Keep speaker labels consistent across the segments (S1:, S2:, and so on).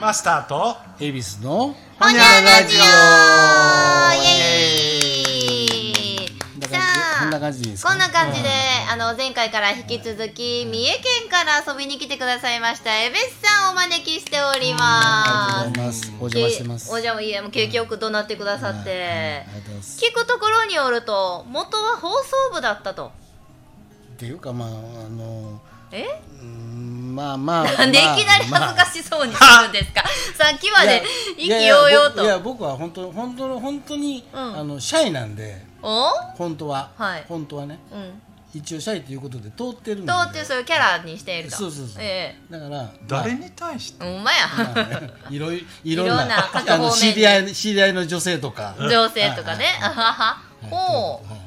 S1: マスターと
S2: 恵比寿の
S1: ほにゃらラジオイ
S3: イエ
S2: こん
S3: ー
S2: な
S3: イさ
S2: 感じでこんな
S3: あ
S2: 感じでいいですか
S3: こんな感じで、あの、前回から引き続き、三重県から遊びに来てくださいました、エベスさんをお招きしており
S2: あ
S3: ま
S2: りがとうございますお邪魔してます
S3: す。お邪魔、いえ、もう景気よく怒鳴ってくださっ
S2: はいあ
S3: て
S2: りがとうございます
S3: 聞くところによると、元は放送部だったと。
S2: っていうかまああの
S3: え
S2: うーんまあまあ
S3: なん でいきなり
S2: まあ
S3: 恥ずかしそうにするんですか、さっきまで意気揚々
S2: いやいや
S3: と。
S2: 僕いや僕は本当本当の本当に、
S3: うん
S2: あのシャイなんで
S3: お
S2: 本当は、
S3: はい
S2: 本当はね
S3: うん。
S2: 一応シャイということで通ってるんで
S3: とっていうそういうキャラにしていると。
S2: そうそうそう、
S3: え
S2: だから
S1: 誰に対して
S3: えほんまや。
S2: まあまあねいろいいろん
S3: いろんな
S2: な
S3: 各
S2: あの
S3: 方面
S2: 知り合い知り合いの女性とか
S3: 女性とかね。あはは。
S2: はい
S3: ほう。
S2: はい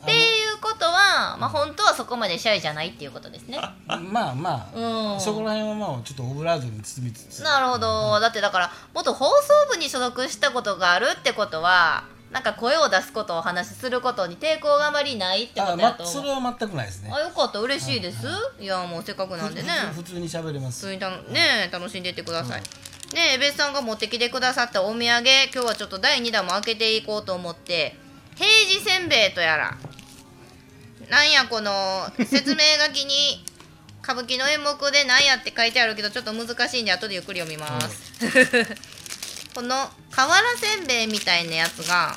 S3: っていうことは、まあ、本当はそこまでシャイじゃないっていうことですね。
S2: まあまあ、
S3: うん
S2: そこら辺はまあちょっとオブラートに包みつつ
S3: なるほど。だってだから、元放送部に所属したことがあるってことは、なんか声を出すことをお話しすることに抵抗があまりないってこ
S2: あ、
S3: とだ
S2: ま
S3: と
S2: それ
S3: 思う。
S2: は全くないですね
S3: あ、よかった。嬉しいです。いや、もうせっかくなんでね。
S2: ふ普通に喋れま
S3: 普
S2: す
S3: 通にたのねえ楽しんでいってください、で江部さんが持ってきてくださったお土産今日はちょっと第2弾も開けていこうと思って平時せんべいとやらなんやこの説明書きに 歌舞伎の演目でなんやって書いてあるけどちょっと難しいんで後でゆっくり読みます、 この瓦せんべいみたいなやつが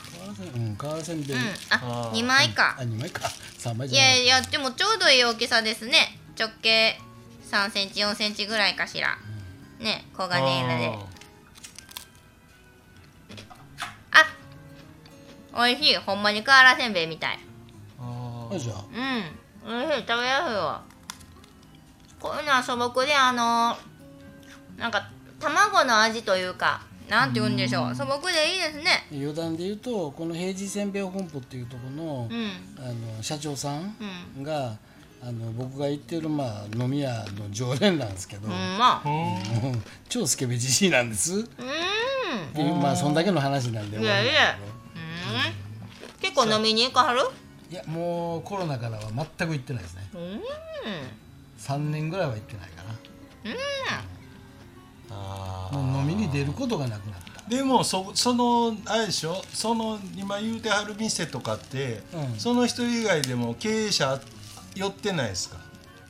S2: うん川せんべ
S3: う
S2: い、
S3: んあ
S1: あー
S3: 2枚か
S2: あ二枚か三枚
S3: い
S2: じゃな
S3: や
S2: い
S3: いやでもちょうどいい大きさですね直径3センチ4センチぐらいかしらね黄金色であ美味しいほんまに瓦せんべいみたい
S1: あ
S2: あじゃ
S1: ー
S2: あ
S3: うん美味しい食べやすいわこういうのは素朴であのなんか卵の味というかなんて言うんでしょう素朴でいいですね
S2: 余談で言うとこの平時せんべい本舗っていうところの,、
S3: うん
S2: あの社長さん
S3: う
S2: が、あの僕が行ってる、まあ、飲み屋の常連なんですけど、
S3: んう
S2: も
S3: んまあ
S1: うん
S2: う超スケベじじいなんですっ
S3: うん
S2: ていうまあそんだけの話なんで
S3: いやいや
S2: 終わ
S3: うん結構飲みに行かはる
S2: りいやもうコロナからは全く行ってないですね
S3: うん
S2: 三年ぐらいは行ってないか
S1: あ
S2: な
S1: ー
S2: もう飲みに出ることがなくなっ
S1: でもそそのあれでしょその今言うてはる店とかって、
S2: うん
S1: その人以外でも経営者寄ってないですか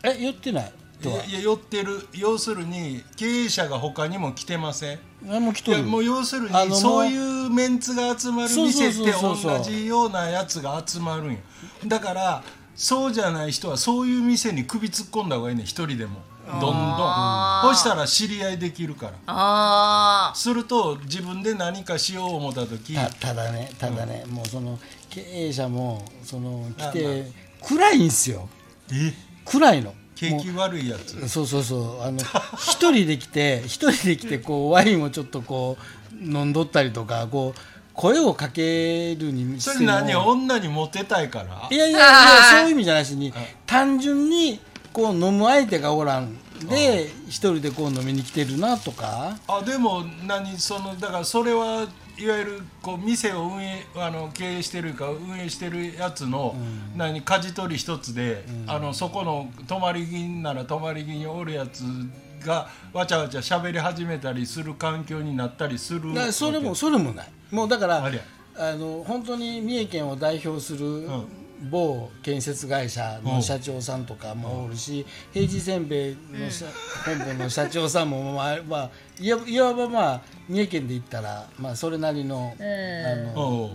S2: たえ言ってない
S1: い
S2: とは
S1: やいや寄ってる要するに経営者が他にも来てません
S2: 何も来
S1: い
S2: と
S1: や
S2: る
S1: もう要する
S2: あのも
S1: に
S2: う
S1: そういうメンツが集まる店っ
S2: そう
S1: て
S2: そうそうそう
S1: 同じようなやつが集まるんよだからそうじゃない人はそういう店に首突っ込んだ方がいいねん一人でもどんど
S3: あー
S1: んそしたら知り合いできるから
S3: ああ
S1: すると自分で何かしよう思った時
S2: たただねただね、もうその経営者もその来
S1: まあ
S2: て暗いんすよ
S1: え
S2: 暗いの
S1: 景気悪いやつ
S2: もうそうそうそう あの一人で来て一人で来てこうワインをちょっとこう飲んどったりとかこう声をかけるにし
S1: そ
S2: ても
S1: れ何女にモテたいから
S2: いやいやい
S3: あー
S2: やそういう意味じゃなしに単純にこう飲む相手がおらんで一人でこう飲みに来てるなとか
S1: あでも何そのだからそれはいわゆるこう店を運営あの経営してるか運営してるやつの、何舵取り一つで、あのそこの泊まり銀なら泊まり銀におるやつがわちゃわちゃ喋り始めたりする環境になったりする
S2: だからそれもそれもないもうだから
S1: ありゃ
S2: あの本当に三重県を代表する
S1: ん
S2: 某建設会社の社長さんとかもおるし、平時せんべいの社本部の社長さんも、まあまあ、いわいわばまあ三重県で言ったら、まあ、それなりの,、あの
S1: おう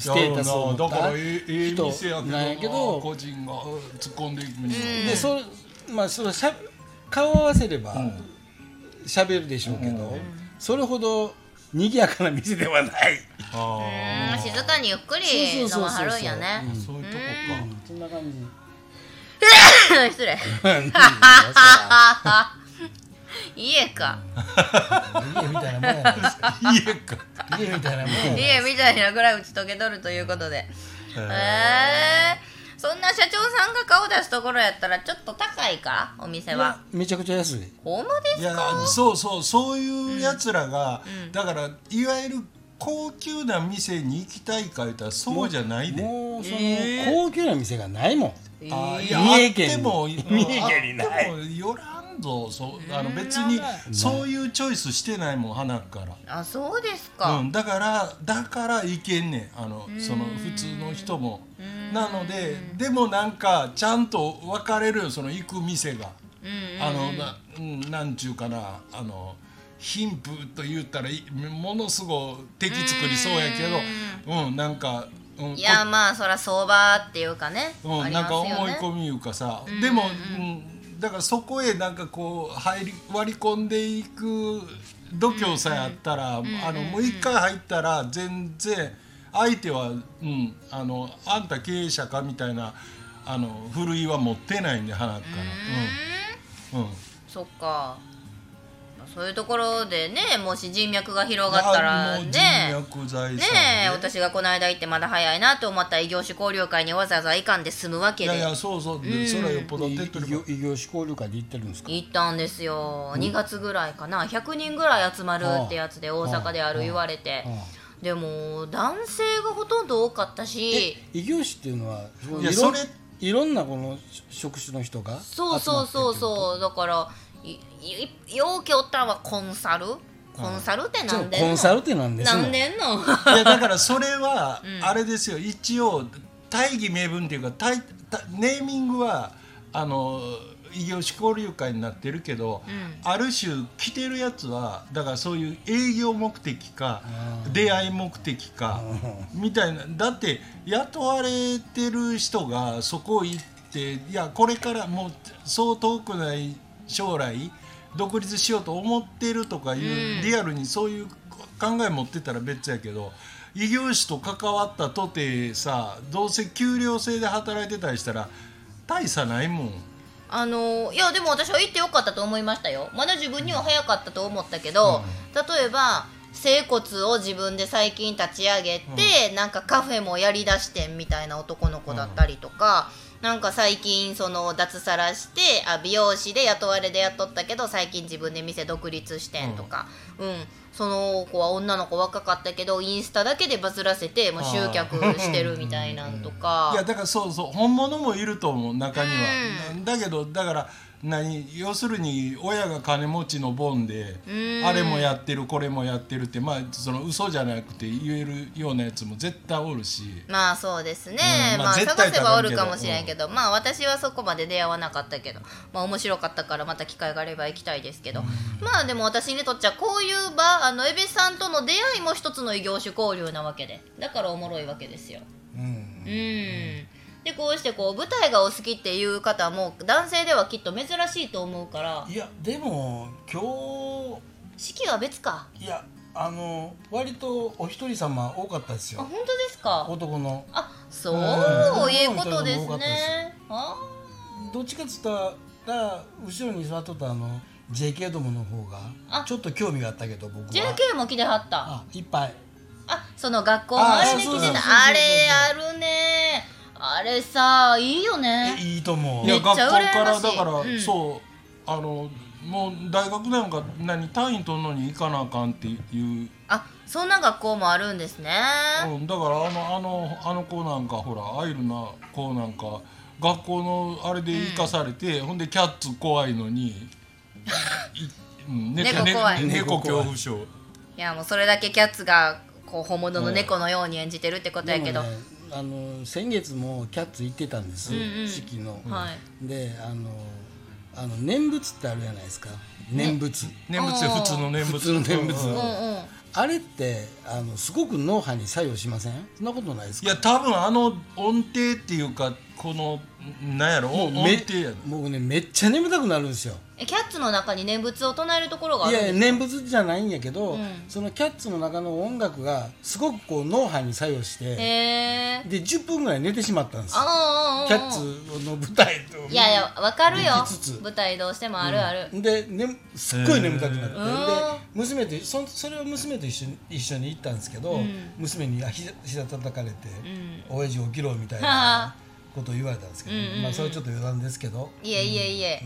S2: ステータスを持った
S1: いやだからええええ店やけど
S2: 人なんやけど
S1: な個人がうん突っ込んでいくには
S2: でそれまあそれしゃ顔合わせれば喋るでしょうけど、それほど賑やかな店ではない。
S1: あ
S3: うん静かにゆっくり飲まはるんやね
S1: ーそういうとこか。
S2: そんな感じ
S3: 失礼
S2: 何
S3: 家か
S2: 家みたいなもんやないですか
S1: 家か
S2: 家みたいなもんやない
S3: 家みたいなぐらい打ち解けとるということでへえそんな社長さんが顔出すところやったらちょっと高いかお店は
S2: めちゃくちゃ安い
S3: ほんまで
S1: い
S3: す
S1: や
S3: か
S1: そうそうそういうやつらが、だからいわゆる高級な店に行きたいか言ったらそうじゃないで。
S2: もうその
S3: えー
S2: 高級な店がないもん
S1: あーいや
S2: 三重
S1: あ
S2: 県
S1: っても
S2: に三重県にない
S1: あってもよらんんぞそうあの別にそういうチョイスしてないもん花から。
S3: あそうです
S1: う
S3: か、
S1: ん、だからだからいけんねんあのその普通の人もなのででもなんかちゃんと分かれるよその行く店が
S3: うんうん
S1: あのなうんなんちゅうかなあの貧富と言ったらいものすごい敵作りそうやけどうんなんか、うん、
S3: いやまあそら相場っていうかね、
S1: うん、
S3: あり
S1: な
S3: ま
S1: ん
S3: す
S1: か
S3: よ
S1: 思
S3: ね
S1: い込みいうかさ、でも、うん、だからそこへなんかこう入り割り込んでいく度胸さえあったら、あのもう一回入ったら全然相手は、うん、あのあんた経営者かみたいなあのふるいは持ってないんで花から。うんうん
S3: そっかまあそういうところでねもし人脈が広がったら
S1: もう
S3: ね
S1: 人脈財
S3: ね
S1: 産で
S3: え私がこの間行ってまだ早いなと思った異業種交流会にわざわざ行かんで済むわ
S1: い
S3: け
S1: や
S3: で
S1: いやそうそう、でそれはよっぽど手っ取り早い
S2: 異業種交流会で行ってるんですか
S3: 行ったんですよ、2月ぐらいかな100人ぐらい集まるってやつで大阪である言われて、でも男性がほとんど多かったし
S2: 異業種っていうのはその
S1: いや
S2: い
S1: そ
S2: ろん
S1: れ
S2: いろんなこの職種の人が
S3: そうそうそう
S2: う
S3: そうだからいいようけおったんはコンサルコンサルってなんでんの
S2: コンサルってなんです
S3: な
S2: ね
S3: んでんの
S1: いやだからそれはあれですよ、一応大義名分っていうか大大ネーミングはあの異業種交流会になってるけど、ある種来てるやつはだからそういう営業目的か出会い目的かみたいなだって雇われてる人がそこ行っていやこれからもうそう遠くない将来独立しようと思ってるとかいう、リアルにそういう考え持ってたら別やけど異業種と関わったとてさどうせ給料制で働いてたりしたら大差ないもん
S3: あのいやでも私は行ってよかったと思いましたよまだ自分には早かったと思ったけど、例えば整骨を自分で最近立ち上げて、なんかカフェもやりだしてんみたいな男の子だったりとか、なんか最近その脱サラしてあ美容師で雇われで雇ったけど最近自分で店独立してんとか、うんその子は女の子若かったけどインスタだけでバズらせてもう集客してるみたいなんとか。
S1: いやだからそうそう本物もいると思う中には、だけどだから何要するに親が金持ちのボンで、あれもやってるこれもやってるってまあその嘘じゃなくて言えるようなやつも絶対おるし。
S3: まあそうですね、
S1: うんま
S3: ま
S1: あ
S3: あ、
S1: 絶対
S3: 探せばおるかもしれんけど、まあ私はそこまで出会わなかったけどまあ面白かったからまた機会があれば行きたいですけど、まあでも私にとっちゃこういう場あの江部さんとの出会いも一つの異業種交流なわけでだからおもろいわけですよ。
S2: うん
S3: うんでこうしてこう舞台がお好きっていう方も男性ではきっと珍しいと思うから
S2: いやでも今
S3: 式は別か
S2: 日いやあの割とお一人様多かったです
S3: あ本当ですか
S2: 男の
S3: あそう
S2: うん
S3: いうことです
S2: 多かったです
S3: ね。あー
S2: どっちかっつったら後ろに座っとったあの JK どもの方が
S3: あ
S2: ちょっと興味があったけど僕は
S3: JK も来てはった。
S2: あいっぱい
S3: あその学校のあれで来て
S2: あそうそうそうそう
S3: たあれあるねあれさいいよ
S2: え
S3: ね
S2: いいと思う
S1: いや
S3: めっちゃ
S1: 学校か
S3: 羨ま
S1: ら
S3: しい
S1: だから、
S3: うん
S1: そうあのもう大学なんか何単位取るのに行かなあかんっていう、
S3: あそんな学校もあるんですね
S1: うん、だからあのあのあの子なんかほらアイルな子なんか学校のあれで生かされて、ほんでキャッツ怖いの に、いうんね
S3: 猫怖い
S1: ね猫
S2: 猫怖
S1: 恐
S2: い
S1: 怖症
S3: いやもうそれだけキャッツがこう本物の猫のように演じてるってことやけど、
S2: でもねあの先月もキャッツ行ってたんです、
S3: んうん
S2: 四季の、
S3: はい
S2: であのあの念仏ってあるじゃないですか念仏、
S1: 念仏よ
S3: おー
S1: 普通の念仏
S2: 普通の念仏
S1: うんうん
S3: うんうん
S2: あれってあのすごく脳波に作用しませんそんなことないです
S1: い
S2: か
S1: や多分あの音程っていうかこのなんやろ音程
S2: め
S1: やね
S2: 僕ねめっちゃ眠たくなるんですよ
S3: えキャッツの中に念仏を唱えるところがあ
S2: い
S3: るんで
S2: やいや
S3: す
S2: 念仏じゃないんやけど、
S3: うん
S2: そのキャッツの中の音楽がすごくこう脳波に作用し
S3: へ
S2: て
S3: え
S2: で10分ぐらい寝てしまったんですよ
S3: ああ
S2: キャッツの舞台と
S3: いやいやわかるよ
S2: 見つつ
S3: 舞台どうしてもあるある、
S2: で、ね、すっごい眠たくなって、
S1: へ
S3: ー
S2: で娘とそそれを娘と一緒に一緒に行ったんですけど、
S3: ん
S2: 娘にあひざ膝叩かれて
S3: ん
S2: 「親父起きろ」みたい
S3: はは
S2: なことを言われたんですけど、
S3: うんうんうん
S2: まあ、それはちょっと余談ですけど
S3: いえいえいえ、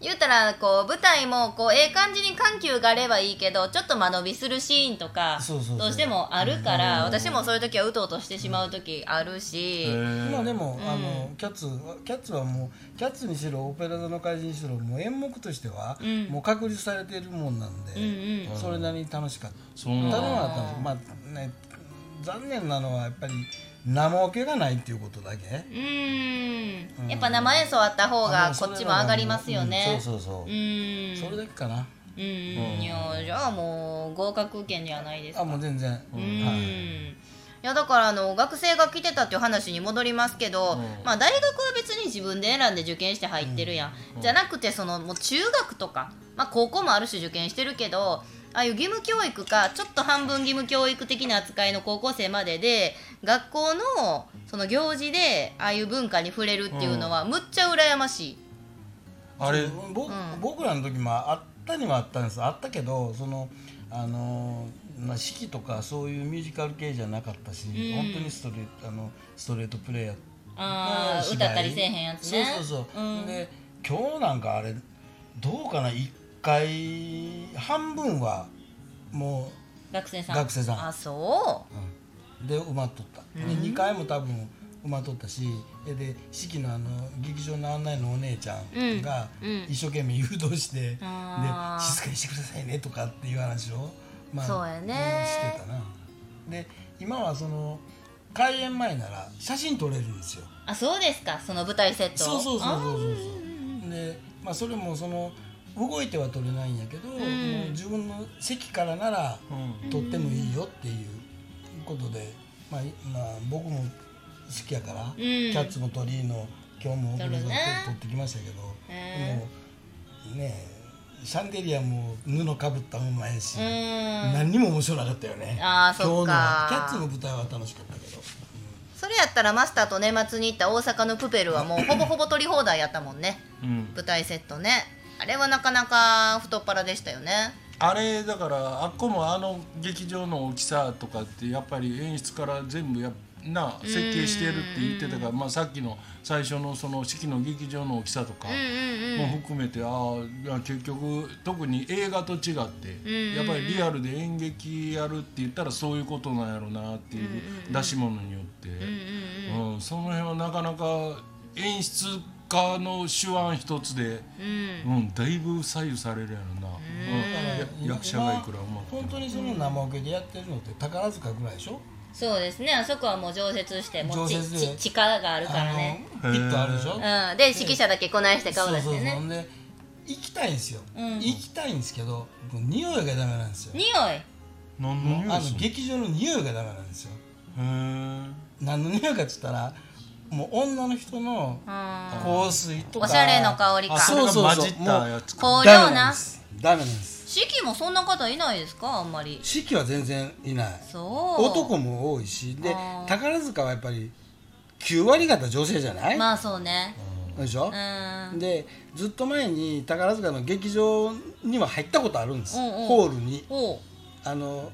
S3: 言うたらこう舞台もこうええ感じに緩急があればいいけどちょっと間延びするシーンとか
S2: そうそうそう
S3: どうしてもあるから私もそういう時はうとうとしてしまう時あるし、
S2: 今でも、あのキャッツキャッツはもうキャッツにしろオペラ座の怪人にしろもう演目としては、
S3: ん
S2: もう確立されているもんなんで、
S3: うん
S2: それなりに楽しかった
S1: そうなんだ
S2: 楽しかったんですまあね残念なのはやっぱり生受けがないっていうことだけ
S3: うーんやっぱ生演奏あった方
S2: あ
S3: が
S2: の
S3: こ
S2: そ
S3: っ
S2: れは
S3: ちも上がりますよね
S2: うんそうそうそうう、
S3: ーん
S2: それだけかな
S3: うーんいやじゃあもう合格圏じゃないですか
S2: あもう全然、
S3: う
S2: はい
S3: ーんいやだからあの学生が来てたっていう話に戻りますけど、まあ、大学は別に自分で選んで受験して入ってるやん、じゃなくてそのもう中学とか、まあ、高校もある種受験してるけどああいう義務教育かちょっと半分義務教育的な扱いの高校生までで学校のその行事でああいう文化に触れるっていうのはむっちゃ羨ましい。
S1: あれ
S2: ぼ僕らの時もあったにはあったんですあったけどそのあのまあ式とかそういうミュージカル系じゃなかったし、
S3: ん
S2: 本当にストレートあのストレートプレイヤー
S3: あー
S2: 芝居
S3: 歌ったりせえへんやつね
S2: そうそうそう、
S3: うん
S2: で今日なんかあれどうかな一回半分はも
S3: 学生さん
S2: 学生さん、
S3: あそう
S2: うんで埋まっとった、で2回も多分埋まっとったしで式のあの劇場の案内のお姉ちゃんが
S3: うんうん
S2: 一生懸命誘導して、で
S3: あー
S2: 静かにしてくださいねとかっていう話を、ま
S3: そうやね
S2: してたなで今はその開演前なら写真撮れるんですよ
S3: あそうですかその舞台セット
S2: そうそうそう
S3: あ
S2: そう
S3: ー
S2: そうそうで、まあ、それもその動いては取れないんやけど、もう自分の席からなら
S1: う
S2: 取ってもいいよっていうことで、まあいまあ、僕も好きやから、キャッツも鳥居の今日も僕も
S3: 取るね
S2: 取ってきましたけど、
S3: へ
S2: でもねシャンデリアも布かぶったほんまやし、
S3: うーん
S2: 何にも面白なかったよね
S3: あーそっか
S2: 今日のはキャッツの舞台は楽しかったけど。
S3: それやったらマスターと年末に行った大阪のプペルはもうほぼほぼ取り放題やったもんね
S1: うん、
S3: 舞台セットねあれはなかなか太っ腹でしたよね
S1: あれだからあっこもあの劇場の大きさとかってやっぱり演出から全部やっな設計してるって言ってたから、まあ、さっきの最初のその式の劇場の大きさとかも含めて、ああ結局特に映画と違って、やっぱりリアルで演劇やるって言ったらそういうことなんやろうなっていう出し物によって、うんその辺はなかなか演出家の手腕一つで、うんだいぶ左右されるやろな、うんや役者がいくらうまくても
S2: 本当にその生受けでやってるのって宝塚ぐらいでしょ
S3: そうですねあそこはもう常設してもうち
S2: 常設で
S3: ち地下があるからね
S2: あのピットあるでしょ、
S3: うんで指揮者だけこないして顔
S2: そう
S3: 出
S2: そ
S3: し
S2: う
S3: て
S2: そうほ
S3: ね
S2: んで行きたいんですよ、行きたいんですけどこの匂いがダメなんですよ
S3: 匂い
S1: 何の匂
S2: あ
S1: いす
S2: の
S1: る
S2: 劇場の匂いがダメなんですよ
S1: のへえ
S2: 何の匂いかって言ったらもう女の人の
S3: うん
S2: 香水とか
S3: おしゃれの香りか
S1: あそれが混じったやつか
S3: 香
S2: ダ
S3: 料
S2: メなん
S3: な
S2: ですダメなんです
S3: 式もそんな方いないですかあんまり
S2: 式は全然いない
S3: そう
S2: 男も多いしで
S3: あー
S2: 宝塚はやっぱり9割方女性じゃない、
S3: まあそうね
S2: でしょ、
S3: うん
S2: でずっと前に宝塚の劇場には入ったことあるんです、
S3: うんうん
S2: ホールに
S3: おう
S2: あの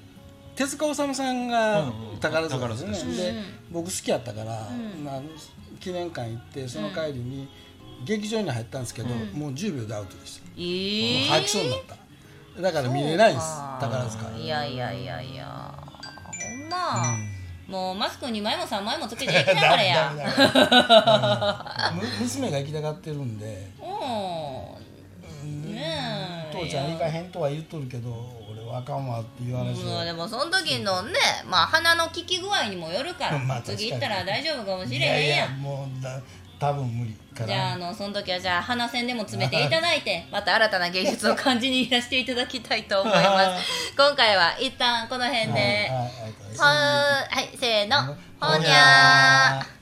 S2: 手塚治虫さんが
S1: うんうん
S2: 宝塚ですね、
S1: 宝塚
S2: で
S3: うんうん
S2: 僕好きやったから、まあ、記念館行ってその帰りに劇場に入ったんですけど、もう10秒でアウトでした、
S3: え
S2: もう
S3: ー
S2: 吐きそうになっただから見れないんです
S3: そうか
S2: 宝塚
S3: いやいやいやいやほんま、もうマスク2枚も3枚もつけちゃいけないからや
S2: ダメダメダメむ娘が行きたがってるんで
S3: うんねえ
S2: 父ちゃん行かへんとは言っとるけど俺はあかんわっていう話
S3: うん
S2: を
S3: でもその時のね、まあ、鼻の効き具合にもよるから、
S2: まあ確かに
S3: 次行ったら大丈夫かもしれへん
S2: い
S3: や
S2: や
S3: ん
S2: いやもうだ多分無理か
S3: じゃああ
S2: ら
S3: のその時はじゃあ鼻線でも詰めていただい てまた新たな芸術を感じにいらしていただきたいと思います 今回は一旦この辺で、
S2: はいはいはい
S3: ほーはいせーのほ
S2: ほ
S3: に
S2: に
S3: ゃ
S2: ゃ
S3: ー
S2: ー